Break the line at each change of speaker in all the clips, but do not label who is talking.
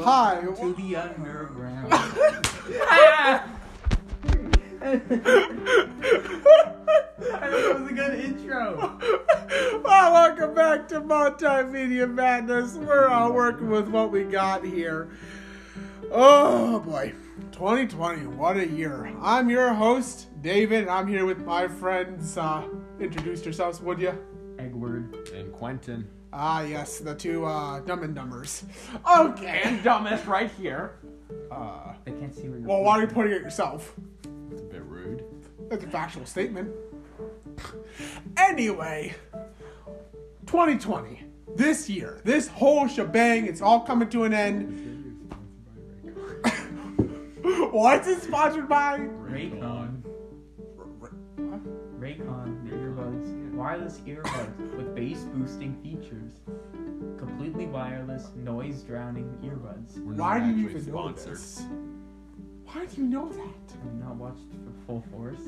Hi.
to the underground. that was a good intro.
Well, welcome back to Multimedia Madness. We're all working with what we got here. Oh boy. 2020, what a year. I'm your host, David, and I'm here with my friends. Uh, introduce yourselves, would you?
Edward
And Quentin.
Ah, yes, the two uh, dumb and dumbers. Okay.
and dumbest right here.
Uh,
They can't see where you're.
well, why are you pointing at yourself?
It's a bit rude.
That's a factual statement. Anyway, 2020, this year, this whole shebang, it's all coming to an end. What's it sponsored by?
Raycon. Raycon earbuds, wireless earbuds with bass boosting features, completely wireless, noise drowning earbuds.
We're
Why
not
do you
actually
even know this? Why do you know that?
Have you not watched for full force?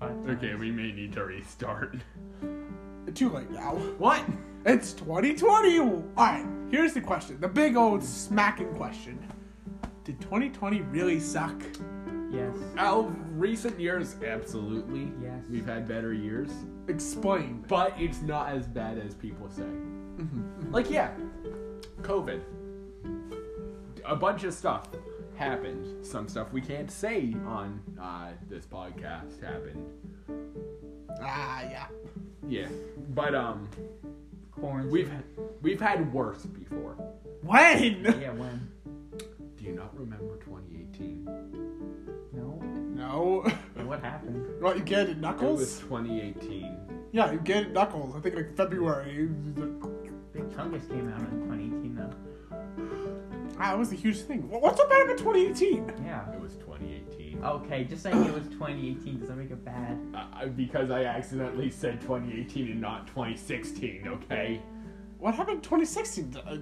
Five times.
Okay, we may need to restart.
Too late now.
What?
It's 2020. All right, here's the question, the big old smacking question. Did 2020 really suck?
Yes.
Out of recent years, absolutely.
Yes.
We've had better years,
Explain.
but it's not as bad as people say.
Mm-hmm.
Like, yeah, COVID. A bunch of stuff happened. Some stuff we can't say on uh, this podcast happened.
Ah, yeah.
Yeah, but um,
Quarantine.
we've we've had worse before.
When?
Yeah. When?
Do you not remember 2018?
No.
No.
What happened?
What, you get it,
It was
Knuckles?
2018.
Yeah, you get it, Knuckles. I think like February.
Big Tungus came out in 2018 though.
Ah, That was a huge thing. Wha- What's so bad about 2018?
Yeah.
It was 2018.
Okay, just saying it was 2018 doesn't make it bad.
Uh, because I accidentally said 2018 and not 2016, okay?
What happened in 2016? Uh, uh,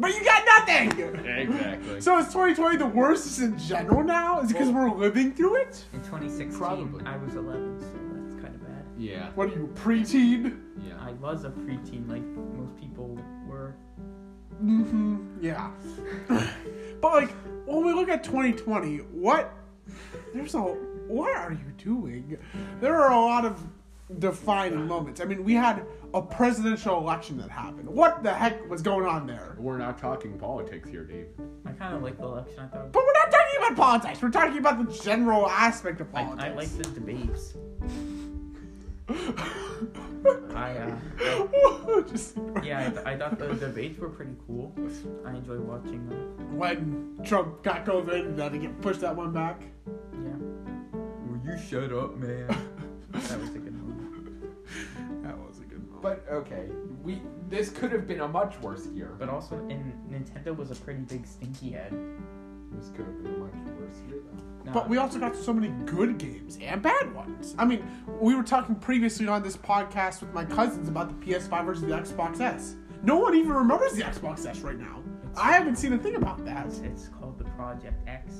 But you got nothing!
Exactly.
So is 2020 the worst just in general now? Is it because we're living through it?
In 2016,
Probably.
I was 11, so that's kind of bad.
yeah,
What are you, preteen?
yeah.
I was a preteen, like most people were.
Mm-hmm. Yeah. but like, when we look at 2020, what there's a what are you doing? There are a lot of defining moments. I mean, we had a presidential election that happened. What the heck was going on there?
We're not talking politics here, Dave.
I kind of liked the election. I thought
But we're not talking about politics. We're talking about the general aspect of politics.
I, I liked the debates. I uh,
Just
yeah, I, th- I thought the debates were pretty cool. I enjoy watching them.
when Trump got COVID and had to get pushed that one back.
Yeah. Will you shut up, man? that was a good one.
That was a good moment.
But okay, we this could have been a much worse year.
But also, in Nintendo was a pretty big stinky head.
this could have been a much worse year, though.
Nah,
But we also got so many good games and bad ones. I mean, we were talking previously on this podcast with my cousins about the PS5 versus the Xbox S. No one even remembers the Xbox S right now. I haven't seen a thing about that.
it's, it's called the Project X.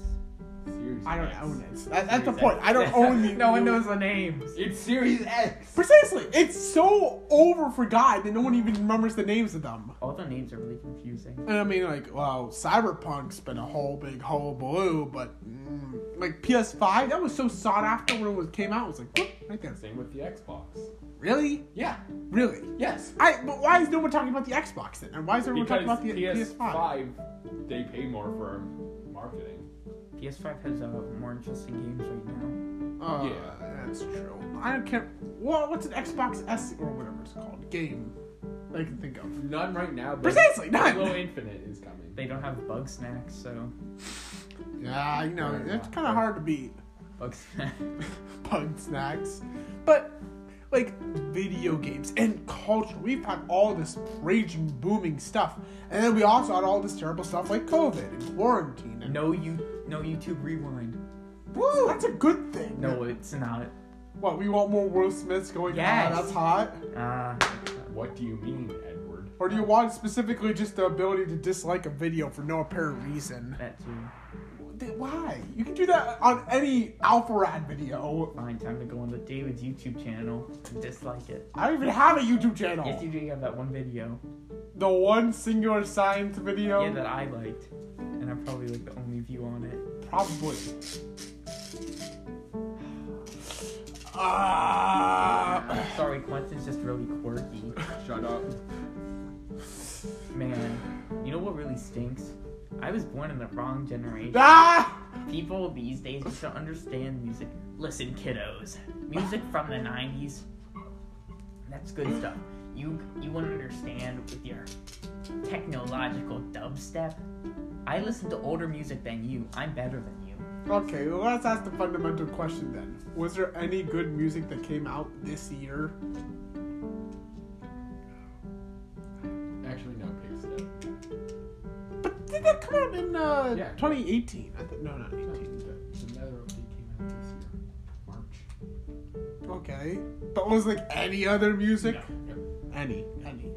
Series
I don't
X.
own it. That- that's the point. I don't own the.
no one knows the names.
It's Series X.
Precisely. It's so over forgotten that no one even remembers the names of them.
All the names are really confusing.
And I mean, like, wow, Cyberpunk's been a whole big hullabaloo, but mm, like PS5, that was so sought after when it was, came out. It was like, whoop, right there.
Same with the Xbox.
Really?
Yeah.
Really?
Yes.
I, but why is no one talking about the Xbox then? And why is everyone
Because
talking about the PS5?
PS5, they pay more for marketing.
PS5 has uh, more interesting games right now.
Uh,
Yeah.
that's true. I can't. Well, what's an Xbox S or whatever it's called game that I can think of?
None right now. But
Precisely, none.
Halo Infinite is coming.
They don't have Bug Snacks, so
Yeah, I know.
Fair
It's
enough.
kind of hard to beat
Bug Snack.
bug snacks. But, like, video games and culture. We've had all this raging, booming stuff. And then we also had all this terrible stuff like COVID and quarantine. And,
no, you, no YouTube Rewind.
Woo, that's a good thing.
No, it's not.
What, we want more Will Smiths going,
Yes.
ah, that's hot?
Ah,
What do you mean, Edward?
Or do you want specifically just the ability to dislike a video for no apparent reason?
that too.
th- why? You can do that on any Alpharad video.
Fine, time to go on to David's YouTube channel and dislike it.
I don't even have a YouTube channel.
Yes, you do have that one video.
the one singular science video?
Yeah, that I liked. And I'm probably like the only view on it.
Probably. Ah.
Sorry, Quentin's just really quirky.
Shut up.
Man, you know what really stinks? I was born in the wrong generation.
ah!
People these days just don't understand music. Listen, kiddos, music from the '90s. That's good stuff. You you wouldn't understand with your technological dubstep. I listen to older music than you. I'm better than you.
Okay, well, let's ask the fundamental question then. Was there any good music that came out this year?
Actually, no, pig step.
But did that come out in uh,
Yeah.
2018? I th- no, not
No,
18.
The the Nether update came out this year, March.
Okay. But was like any other music?
No,
Any. Any.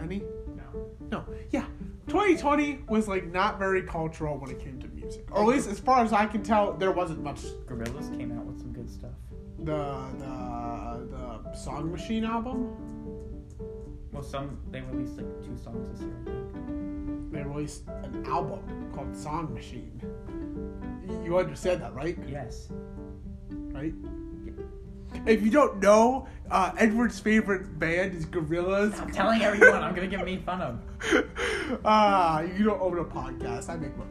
Any?
no, no.
No. Yeah. 2020 was like not very cultural when it came to music. Or at least as far as I can tell, there wasn't much.
Gorillas came out with some good stuff.
The the the Song Machine album.
Well, some they released like two songs this year. I think.
They released an album called Song Machine. Y- You understand that, right?
Yes.
Right. If you don't know, uh, Edward's favorite band is Gorillaz.
I'm telling everyone. I'm gonna get made fun of.
Ah, you don't own a podcast. I make fun.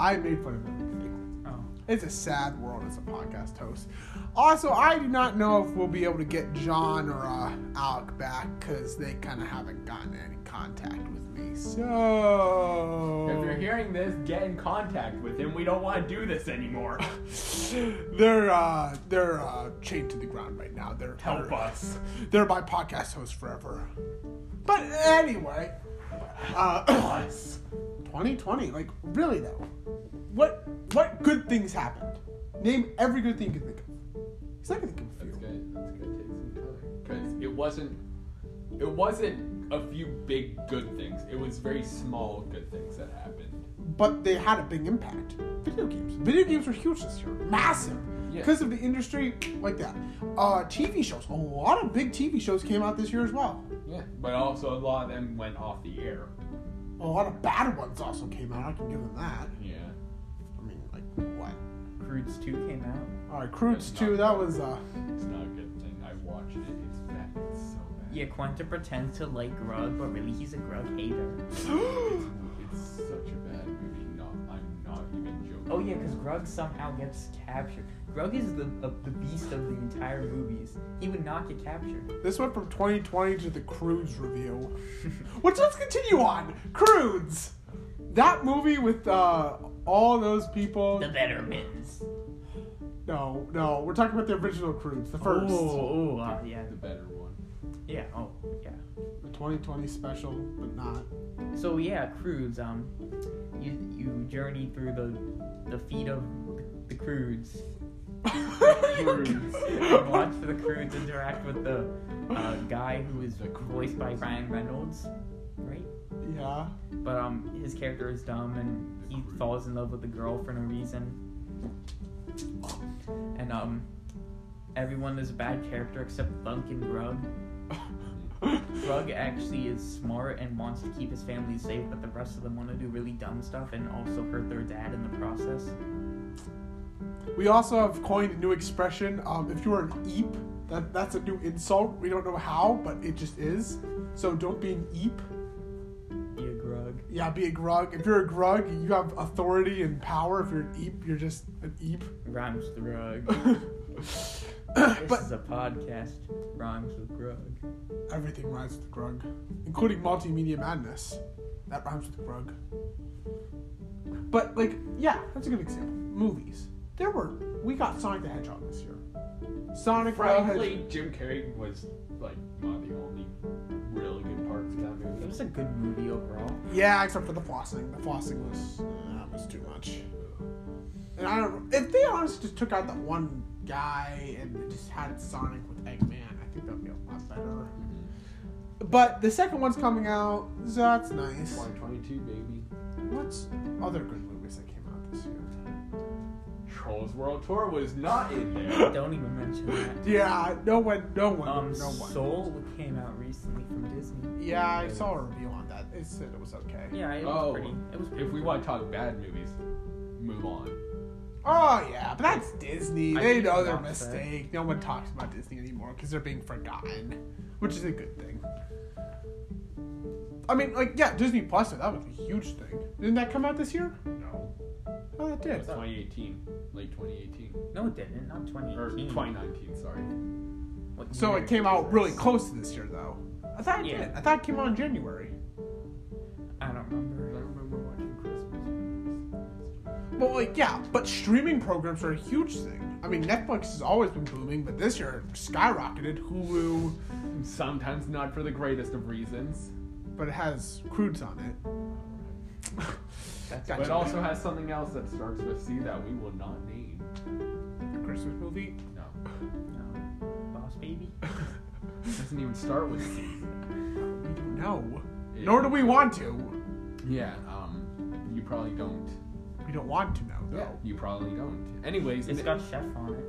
I made fun of everything.
Oh,
It's a sad world as a podcast host. Also, I do not know if we'll be able to get John or uh, Alec back because they kind of haven't gotten any contact with me.
If you're
So
hearing this, get in contact with him. We don't want to do this anymore.
they're uh, they're uh, chained to the ground right now. They're
Help
they're-
us.
They're my podcast hosts forever. But anyway, uh,
Us.
2020, like really though, what what good things happened? Name every good thing you can think of. He's not gonna think of a
That's
few.
good. That's good. Take some color. Because it wasn't, it wasn't a few big good things. It was very small good things that happened.
But they had a big impact. Video games. Video games were huge this year, massive.
Yeah.
Because of the industry like that. Uh, TV shows. A lot of big TV shows came out this year as well.
Yeah. But also a lot of them went off the air.
A lot of bad ones also came out. I can give them that.
Yeah.
I mean, like what?
Crudes 2 came out.
All right, Croods too. That was uh.
It's not a good thing. I watched it. It's bad. It's so bad.
Yeah, Quentin pretends to like Grug, but really he's a Grug hater.
It's such a bad movie. Not, I'm not even joking.
Oh yeah, because Grug somehow gets captured. Grug is the uh, the beast of the entire movies. He would not get captured.
This went from 2020 to the Crudes review, which let's continue on. Crudes, that movie with uh, all those people.
The Bettermans.
No, no, we're talking about the original Crudes, the first,
Oh, uh, yeah,
The better one.
yeah. Oh, yeah.
the 2020 special, but not.
So yeah, Crudes. Um, you you journey through the the feet of the Crudes. You watch the Crudes interact with the uh, guy who is voiced by Ryan Reynolds, right?
yeah,
But um, his character is dumb and he falls in love with a girl for no reason. And um, everyone is a bad character except Thunk and Grug. Grug actually is smart and wants to keep his family safe, but the rest of them want to do really dumb stuff and also hurt their dad in the process.
we also have coined a new expression. Um, if you are an eep, that that's a new insult. We don't know how, but it just is. So don't be an eep.
Yeah, Grug.
Yeah, be a grug. If you're a grug, you have authority and power. If you're an eep, you're just an eep.
Rhymes with Grug. This
but
is a podcast. Rhymes with Grug.
everything rhymes with grug, including multimedia madness. That rhymes with grug. But like, yeah, that's a good example. Movies. There were we got Sonic the Hedgehog this year. Sonic the Hedgehog.
Frankly, Jim Carrey was like one of the only really good parts of that
It
movie.
was a good movie overall.
Yeah, except for the flossing. The flossing was uh, that was too much. And I don't. If they honestly just took out that one guy and just had Sonic with Eggman, I think that'd be a lot better. But the second one's coming out, so that's nice.
2022, baby.
What's other good movies that came out
Trolls World Tour was not in there.
Don't even mention that.
Yeah, no one, no one,
Um,
no one.
Soul came out recently from Disney.
yeah, I saw a review on that. It said it was okay.
Yeah, it was
Oh,
pretty. It was pretty
if we
cool.
want to talk bad movies, move on.
Oh yeah, but that's Disney.
I
They
think
know their
that's fair.
mistake. No one talks about Disney anymore because they're being forgotten, which is a good thing. I mean, like yeah, Disney Plus. That was a huge thing. Didn't that come out this year?
No,
Oh, that
it
did.
was 2018, late 2018
No, it didn't. Not
or
2018.
2019. Sorry.
What
So
year
it came
was
out really
this?
close to this year, though. I thought it
Yeah.
did. I thought it came out in January.
I don't
I
remember.
remember watching Christmas.
Well, like yeah, but streaming programs are a huge thing. I mean, Netflix has always been booming, but this year it skyrocketed. Hulu,
Sometimes not for the greatest of reasons,
but it has Crudes on it.
That's
Gotcha.
but also has something else that starts with C that we will not name.
The Christmas movie.
No,
um, Boss Baby.
it doesn't even start with C.
We don't know.
Yeah.
Nor do we want to.
Yeah, um, you probably don't.
We don't want to know though.
Yeah, you probably don't. Anyways,
It's
it
got Chef on it.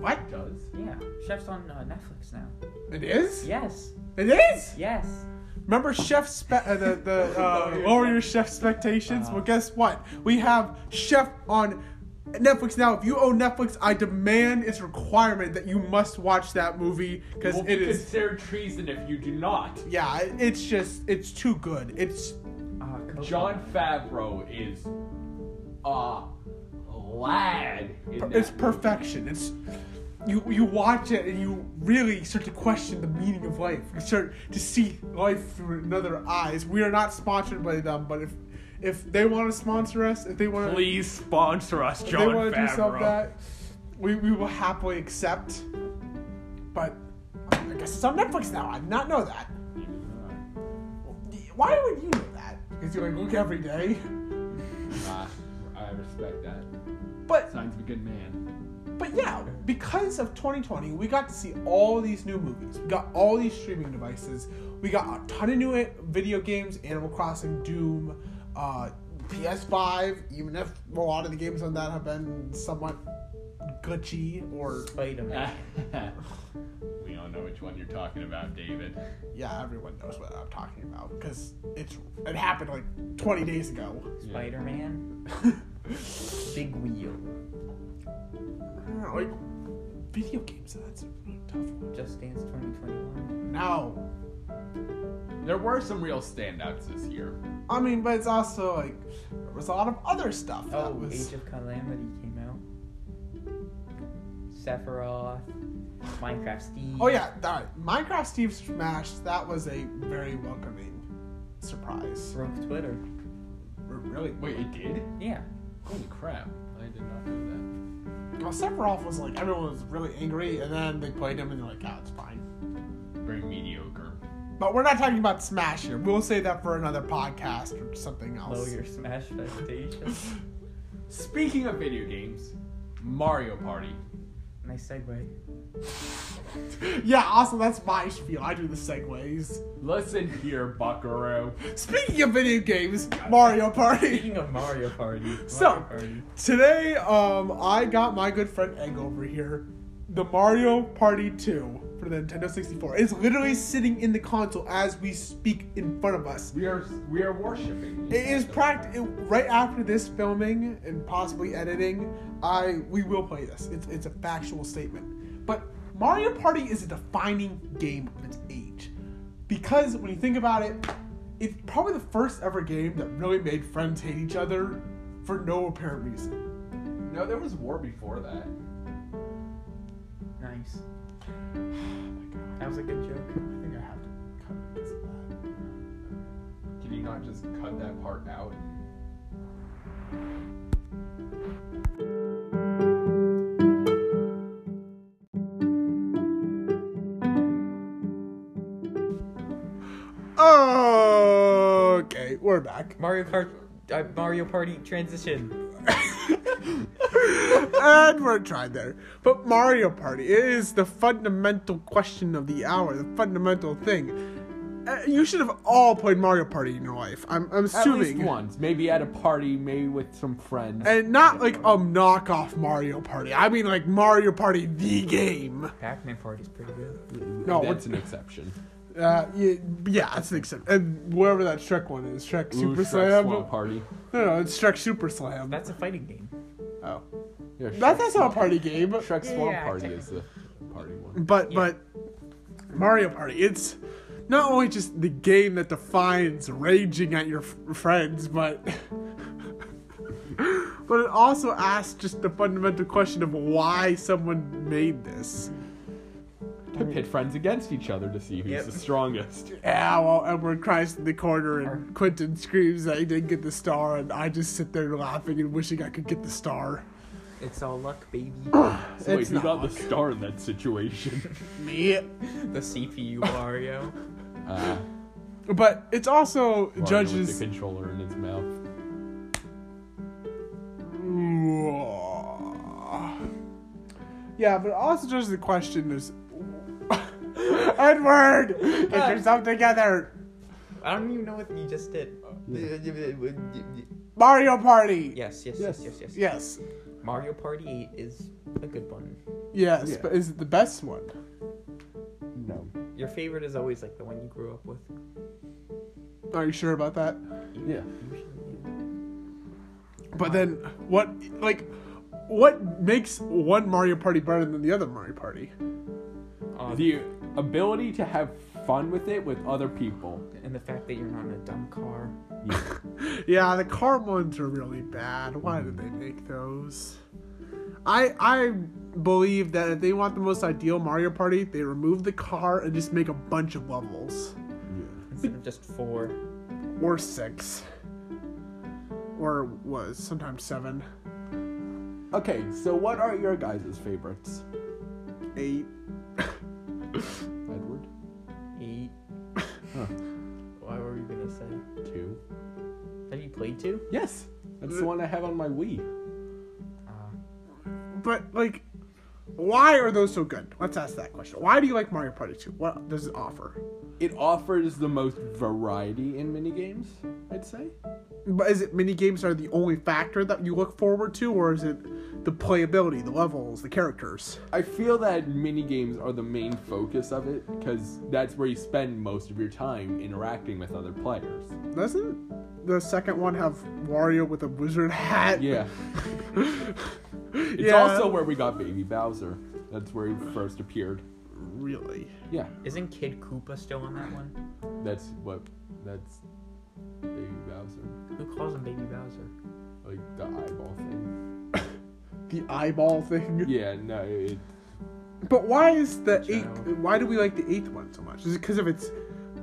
What?
does.
Yeah, Chef's on uh, Netflix now.
It is.
Yes,
It is.
yes.
Remember Chef spe- uh, the the uh,
Lower your
lower your chef expectations.
Uh-huh.
well, guess what? We have Chef on Netflix now. If you own Netflix, I demand its requirement that you must watch that movie because
Will be
it is.
considered treason if you do not.
Yeah, it- it's just it's too good. It's
Uh, Coco.
John Favreau is a lad. In that
it's
movie.
perfection. It's you you watch it and you really start to question the meaning of life. You start to see life through another eyes. We are not sponsored by them, but if if they want to sponsor us, if they want to
Please sponsor us,
if they want to do some of that, we, we will happily accept. But I guess it's on Netflix now. I did not know that. Why would you know that? Because you like look every day.
Uh, I respect that.
But
Signs of a good man.
but yeah, because of 2020, we got to see all these new movies. We got all these streaming devices. We got a ton of new a- video games: Animal Crossing, Doom, uh, PS5. Even if a lot of the games on that have been somewhat glitchy or
Spider-Man.
we all know which one you're talking about, David.
yeah, everyone knows what I'm talking about because it's it happened like 20 days ago.
Spider-Man. Big Wheel.
I don't know, like video games. That's a really tough one.
Just Dance 2021.
No,
There were some real standouts this year.
I mean, but it's also like there was a lot of other stuff
Oh,
that was.
Age of Calamity came out. Sephiroth. Minecraft Steve.
Oh yeah, that Minecraft Steve Smash. That was a very welcoming surprise.
Broke Twitter.
Really?
Wait, it did?
Yeah.
Holy crap! I did not know that.
Well, Sephiroth was like everyone was really angry, and then they played him, and they're like, "Ah, it's fine."
very mediocre.
But we're not talking about Smash here. We'll say that for another podcast or something else.
Lower your Smash expectations.
Speaking of video games, Mario Party.
nice segue.
yeah, also that's my spiel. I do the segues.
Listen here, Buckaroo.
Speaking of video games, Mario Party.
Speaking of Mario Party.
So-
Mario Party.
Today, um, I got my good friend Egg over here the Mario Party 2 for the Nintendo 64. It's literally sitting in the console as we speak in front of us.
We are we are worshiping.
It is practically right after this filming and possibly editing. I we will play this. It's it's a factual statement. But Mario Party is a defining game of its age, because when you think about it, it's probably the first ever game that really made friends hate each other for no apparent reason.
No, there was war before that.
Nice.
Oh my god!
That was a good joke.
I think I have to cut it because of that.
Can you not just cut that part out?
Okay, we're back.
Mario Kart. Uh, Mario Party transition.
and we're tried there. But Mario Party it is the fundamental question of the hour, the fundamental thing. uh, you should have all played Mario Party in your life. I'm, I'm
At
assuming.
least once, maybe at a party, maybe with some friends.
And not like a knockoff Mario Party. I mean, like Mario Party, the game.
Pac-Man party's pretty good.
No, it's-
that's an exception.
Uh, yeah, yeah, that's an exception. And whatever that Shrek one is, Shrek
Ooh,
Super
Shrek
Slam.
Swamp Party.
No, no, it's Shrek Super Slam.
That's a fighting game.
oh,
Yeah, Shrek,
that, that's not a party game.
Shrek
Yeah,
Swamp
yeah,
Party is the party one.
But
Yeah.
but Mario Party, it's not only just the game that defines raging at your f- friends, but but it also asks just the fundamental question of why someone made this.
I pit friends against each other to see who's
Yep.
the strongest.
Yeah, while Edward cries in the corner and Quentin screams that he didn't get the star, and I just sit there laughing and wishing I could get the star.
It's all luck, baby.
So wait,
It's
who
not
got the star in that situation?
Me.
the CPU Mario.
uh,
But it's also
Mario with
judges.
the controller in his mouth.
Yeah, but also just the question is, Edward, get yourself together.
I don't even know what you just did.
Mario Party.
Yes, yes, yes, yes,
Yes.
yes. yes.
Yes.
Mario Party 8 is a good one.
Yes,
Yeah.
but is it the best one?
No.
Your favorite is always like the one you grew up with.
Are you sure about that?
Yeah.
But then, what, like, what makes one Mario Party better than the other Mario Party?
Um,
Uh, The ability to have fun with it with other people.
and the fact that you're not in a dumb car.
Yeah, the car ones are really bad. Why did they make those? I I believe that if they want the most ideal Mario Party, they remove the car and just make a bunch of levels
Instead of just four.
or six or was sometimes seven,
Okay, so what are your guys' favorites?
eight.
Edward?
Eight. What were you gonna say?
Two?
Have you played two?
Yes! That's the one I have on my Wii.
But like, why are those so good? Let's ask that question. Why do you like Mario Party Two? What does it offer?
It offers the most variety in minigames, I'd say.
But is it mini games are the only factor that you look forward to, or is it the playability, the levels, the characters?
I feel that minigames are the main focus of it, because that's where you spend most of your time interacting with other players.
Doesn't the second one have Wario with a wizard hat?
Yeah. It's
Yeah.
also where we got Baby Bowser. That's where he first appeared.
Really?
Yeah.
Isn't Kid Koopa still on that one?
That's what. That's Baby Bowser.
Who calls him Baby Bowser?
Like the eyeball thing.
The eyeball thing?
Yeah, no, it,
But why is the
Child.
eighth why do we like the eighth one so much? Is it because of its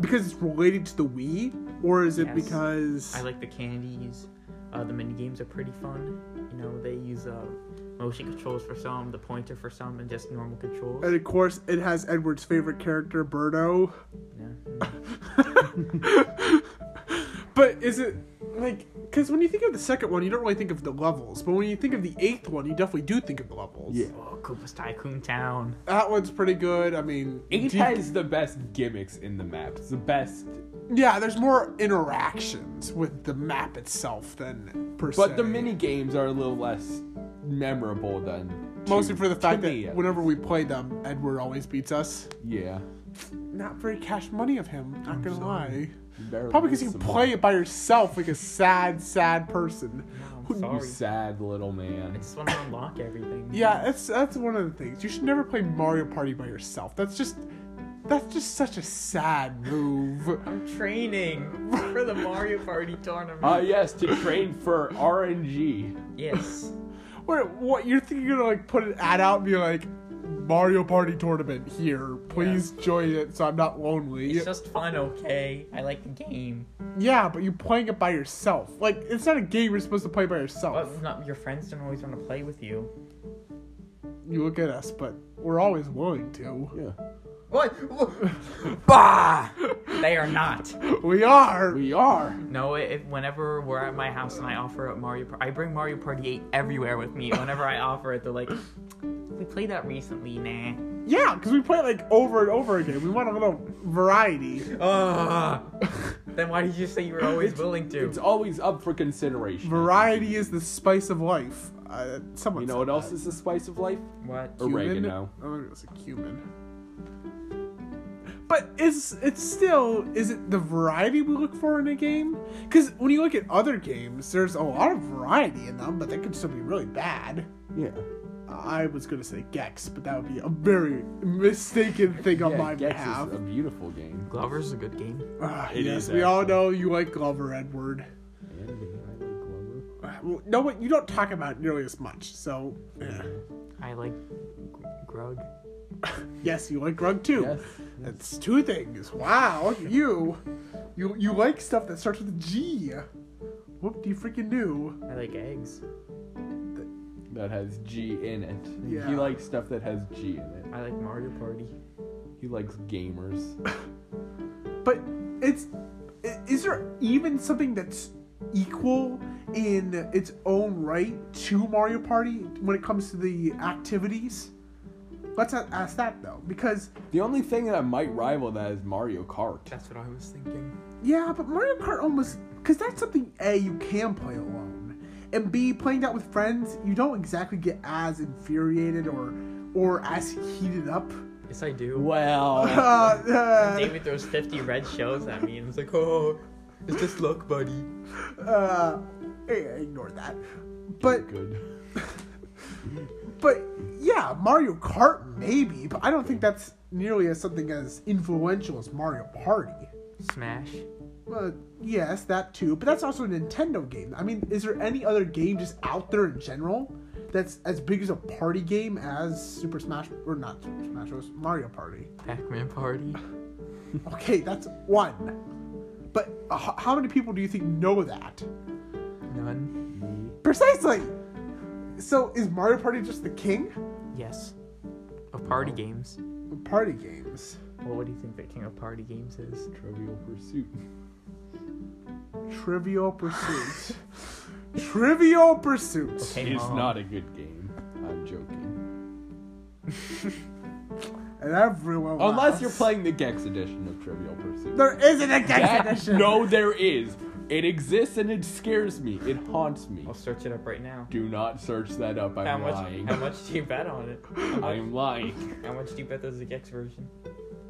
because it's related to the Wii? Or is it
Yes.
because
I like the candies. Uh, the mini games are pretty fun. You know, they use uh, motion controls for some, the pointer for some, and just normal controls.
and of course it has Edward's favorite character, Birdo.
Yeah.
But is it like because when you think of the second one, you don't really think of the levels. But when you think of the eighth one, you definitely do think of the levels.
Yeah.
Oh, Koopa's Tycoon Town.
that one's pretty good. I mean,
it
do-
has the best gimmicks in the map. It's the best.
Yeah, there's more interactions with the map itself than per se.
But the mini games are a little less memorable than.
mostly
two-
for the
to
fact that
me, at
whenever we play them, Edward always beats us.
least. Yeah.
Not very cash money of him. Not gonna lie.
Embarrassing
Probably because you
some
play it by yourself like a sad, sad person.
No,
Who-
I'm
more. You
sorry.
sad little
I
man.
just want to unlock everything.
Yeah, that's that's one of the things. You should never play Mario Party by yourself. That's just that's just such a sad move.
I'm training for the Mario Party tournament.
Ah, yes, to train for RNG.
Yes.
What, what you're thinking you're gonna like put an ad out and be like Mario Party tournament here. Please join it so I'm not lonely.
It's just fun, okay? I like the game.
Yeah, but you're playing it by yourself. Like, it's not a game you're supposed to play by yourself.
But not, your friends don't always want to play with you.
You look at us, but we're always willing to.
Yeah.
What? bah! They are not.
We are!
We are.
No, if, whenever we're at my house and I offer up Mario, Par- I bring Mario Party 8 everywhere with me. Whenever I offer it, they're like, "We played that recently, nah."
Yeah, because we play it like over and over again. We want a little variety.
Uh, then why did you say you were always willing to?
It's always up for consideration.
Variety is the spice of life. Uh, someone
You know
said
what else
that.
is the spice of life?
What?
Or- Oregano.
Cumin? Oh, it was a cumin. But is it's still is it the variety we look for in a game? Because when you look at other games, there's a lot of variety in them, but they could still be really bad.
Yeah.
I was gonna say Gex, but that would be a very mistaken thing on my
Gex
behalf.
is a beautiful game.
Glover's a good game.
Ah,
It
yes,
is,
we all
actually.
know you like Glover Edward.
And I like Glover.
Ah, well, No, what you don't talk about it nearly as much. So, eh.
I like Grug.
yes, you like Grug too.
Yes.
That's two things. Wow, look at you, you you like stuff that starts with a G. Whoop, do you freaking do?
I like eggs.
That has G in it.
Yeah.
He likes stuff that has G in it.
I like Mario Party.
He likes gamers.
But it's i- is there even something that's equal in its own right to Mario Party when it comes to the activities? Let's not ask that though, because
The only thing that might rival that is Mario Kart.
That's what I was thinking.
yeah, but Mario Kart almost because that's something a you can play alone, and b playing that with friends you don't exactly get as infuriated or or as heated up.
Yes, I do.
Uh,
Well,
uh,
David throws 50 red shells at me and it's like, oh, it's just luck, buddy.
uh, eh, ignore that. But
good.
But yeah, Mario Kart maybe, but I don't think that's nearly as something as influential as Mario Party.
Smash.
Well, yes, that too, but that's also a Nintendo game. I mean, is there any other game just out there in general that's as big as a party game as Super Smash or not Super Smash Bros. Mario Party?
Pac-Man Party.
Okay, that's one. But h- how many people do you think know that?
None.
Precisely. So is Mario Party just the king
Yes. Of party games.
of party games?
Well, what do you think the king of party games is?
Trivial Pursuit.
Trivial Pursuit. Trivial Pursuit.
Okay,
It's
Mom.
not a good game. I'm joking.
And everyone.
Unless
laughs.
you're playing the Gex edition of Trivial Pursuit.
There isn't a Gex
That-
edition.
No, there is. It exists and it scares me. It haunts me.
I'll search it up right now.
Do not search that up. I'm
How much?
lying.
How much do you bet on it?
I'm lying.
How much do you bet there's a Gex version?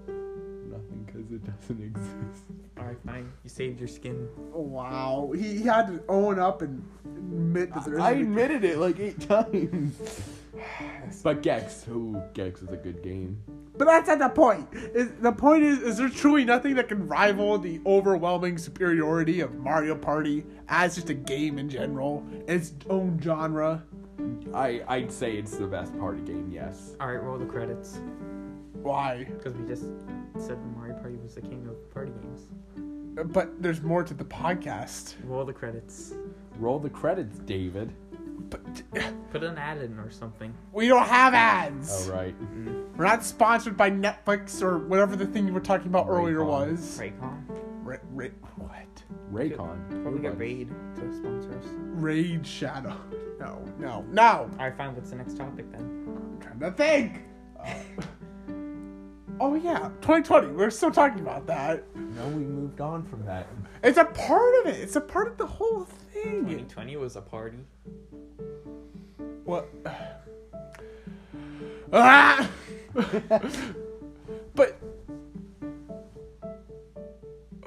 Nothing because it doesn't exist.
All right, fine. You saved your skin.
Wow. He, he had to own up and admit that there isn't.
I
a-
admitted it like eight times. but Gex, ooh, Gex is a good game.
But that's not the point. Is, the point is, is there truly nothing that can rival the overwhelming superiority of Mario Party as just a game in general, its own genre?
I I'd say it's the best party game. Yes.
All right, roll the credits.
Why?
Because we just said the Mario Party was the king of party games.
But there's more to the podcast.
Roll the credits.
Roll the credits, David.
But
Put an ad in or something.
we don't have ads.
All Oh, right.
Mm-hmm.
We're not sponsored by Netflix or whatever the thing you were talking about earlier
Raycon.
was.
Raycon.
Ra- ra- what?
Raycon.
Probably get
Ooh,
Raid to sponsor us.
Raid Shadow. No, no, no.
All right, fine. What's the next topic then?
I'm trying to think. Uh, oh yeah, 2020. We're still talking about that.
No, we moved on from that.
It's a part of it. It's a part of the whole thing.
2020 was a party.
What? Ah! but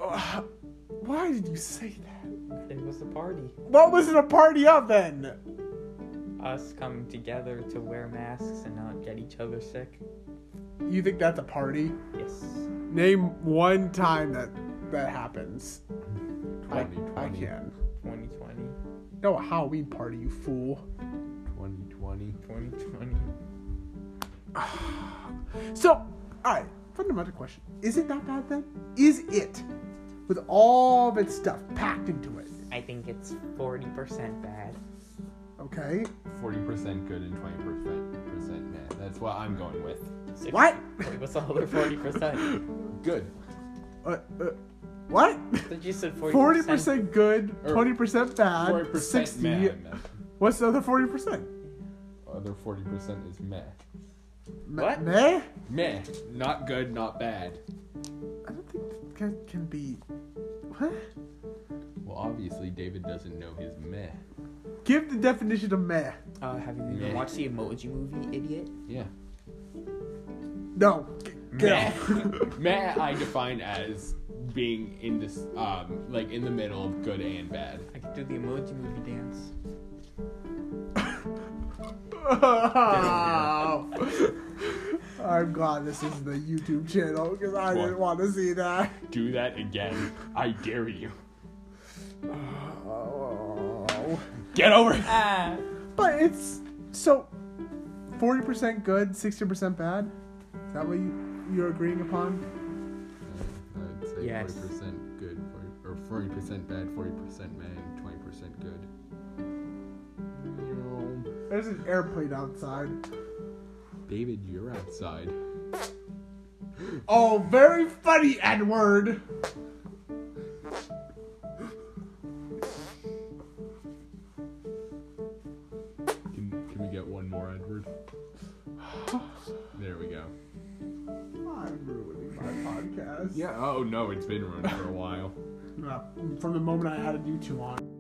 Ugh, why did you say that?
It was a party.
What was it a party of then?
Us coming together to wear masks and not get each other sick.
You think that's a party?
Yes.
Name one time that that happens. I,
2020.
I can.
2020.
No a Halloween party, you fool.
2020.
2020.
So, all right, fundamental question: Is it that bad then? Is it, with all of its stuff packed into it?
I think it's 40% bad.
Okay.
40% good and 20% percent man. That's what I'm going with.
Six-
What?
Wait, what's the other 40%?
Good.
Uh, uh, what?
Did you said 40%?
Forty percent good,
Or
twenty perent bad,
40%
sixty.
meh, I meant.
What's the other forty percent?
Other 40% is meh.
What?
Meh?
Meh. Not good, not bad.
I don't think that can be. What?
Well, obviously, David doesn't know his meh.
Give the definition of meh.
Uh, have you even
Yeah.
watched the Emoji Movie, idiot?
Yeah.
No. G- Get
Meh.
off.
meh, I define as being in this, um, like in the middle of good and bad.
I could do the Emoji Movie dance.
Oh. I'm glad this is the YouTube channel because I
What?
didn't want to see that.
Do that again. I dare you.
Oh.
Get over it.
Ah.
But it's so 40% good, 60% bad. Is that what you, you're agreeing upon?
I'd say
Yes.
40% good, 40, or 40% bad, 40% meh, 20% good. Meow.
There's an airplane outside.
David, you're outside.
Oh, very funny, Edward.
Can, can we get one more, Edward? There we go.
I'm ruining my podcast.
Yeah, oh no, it's been running for a while.
Uh, From the moment I added you two on.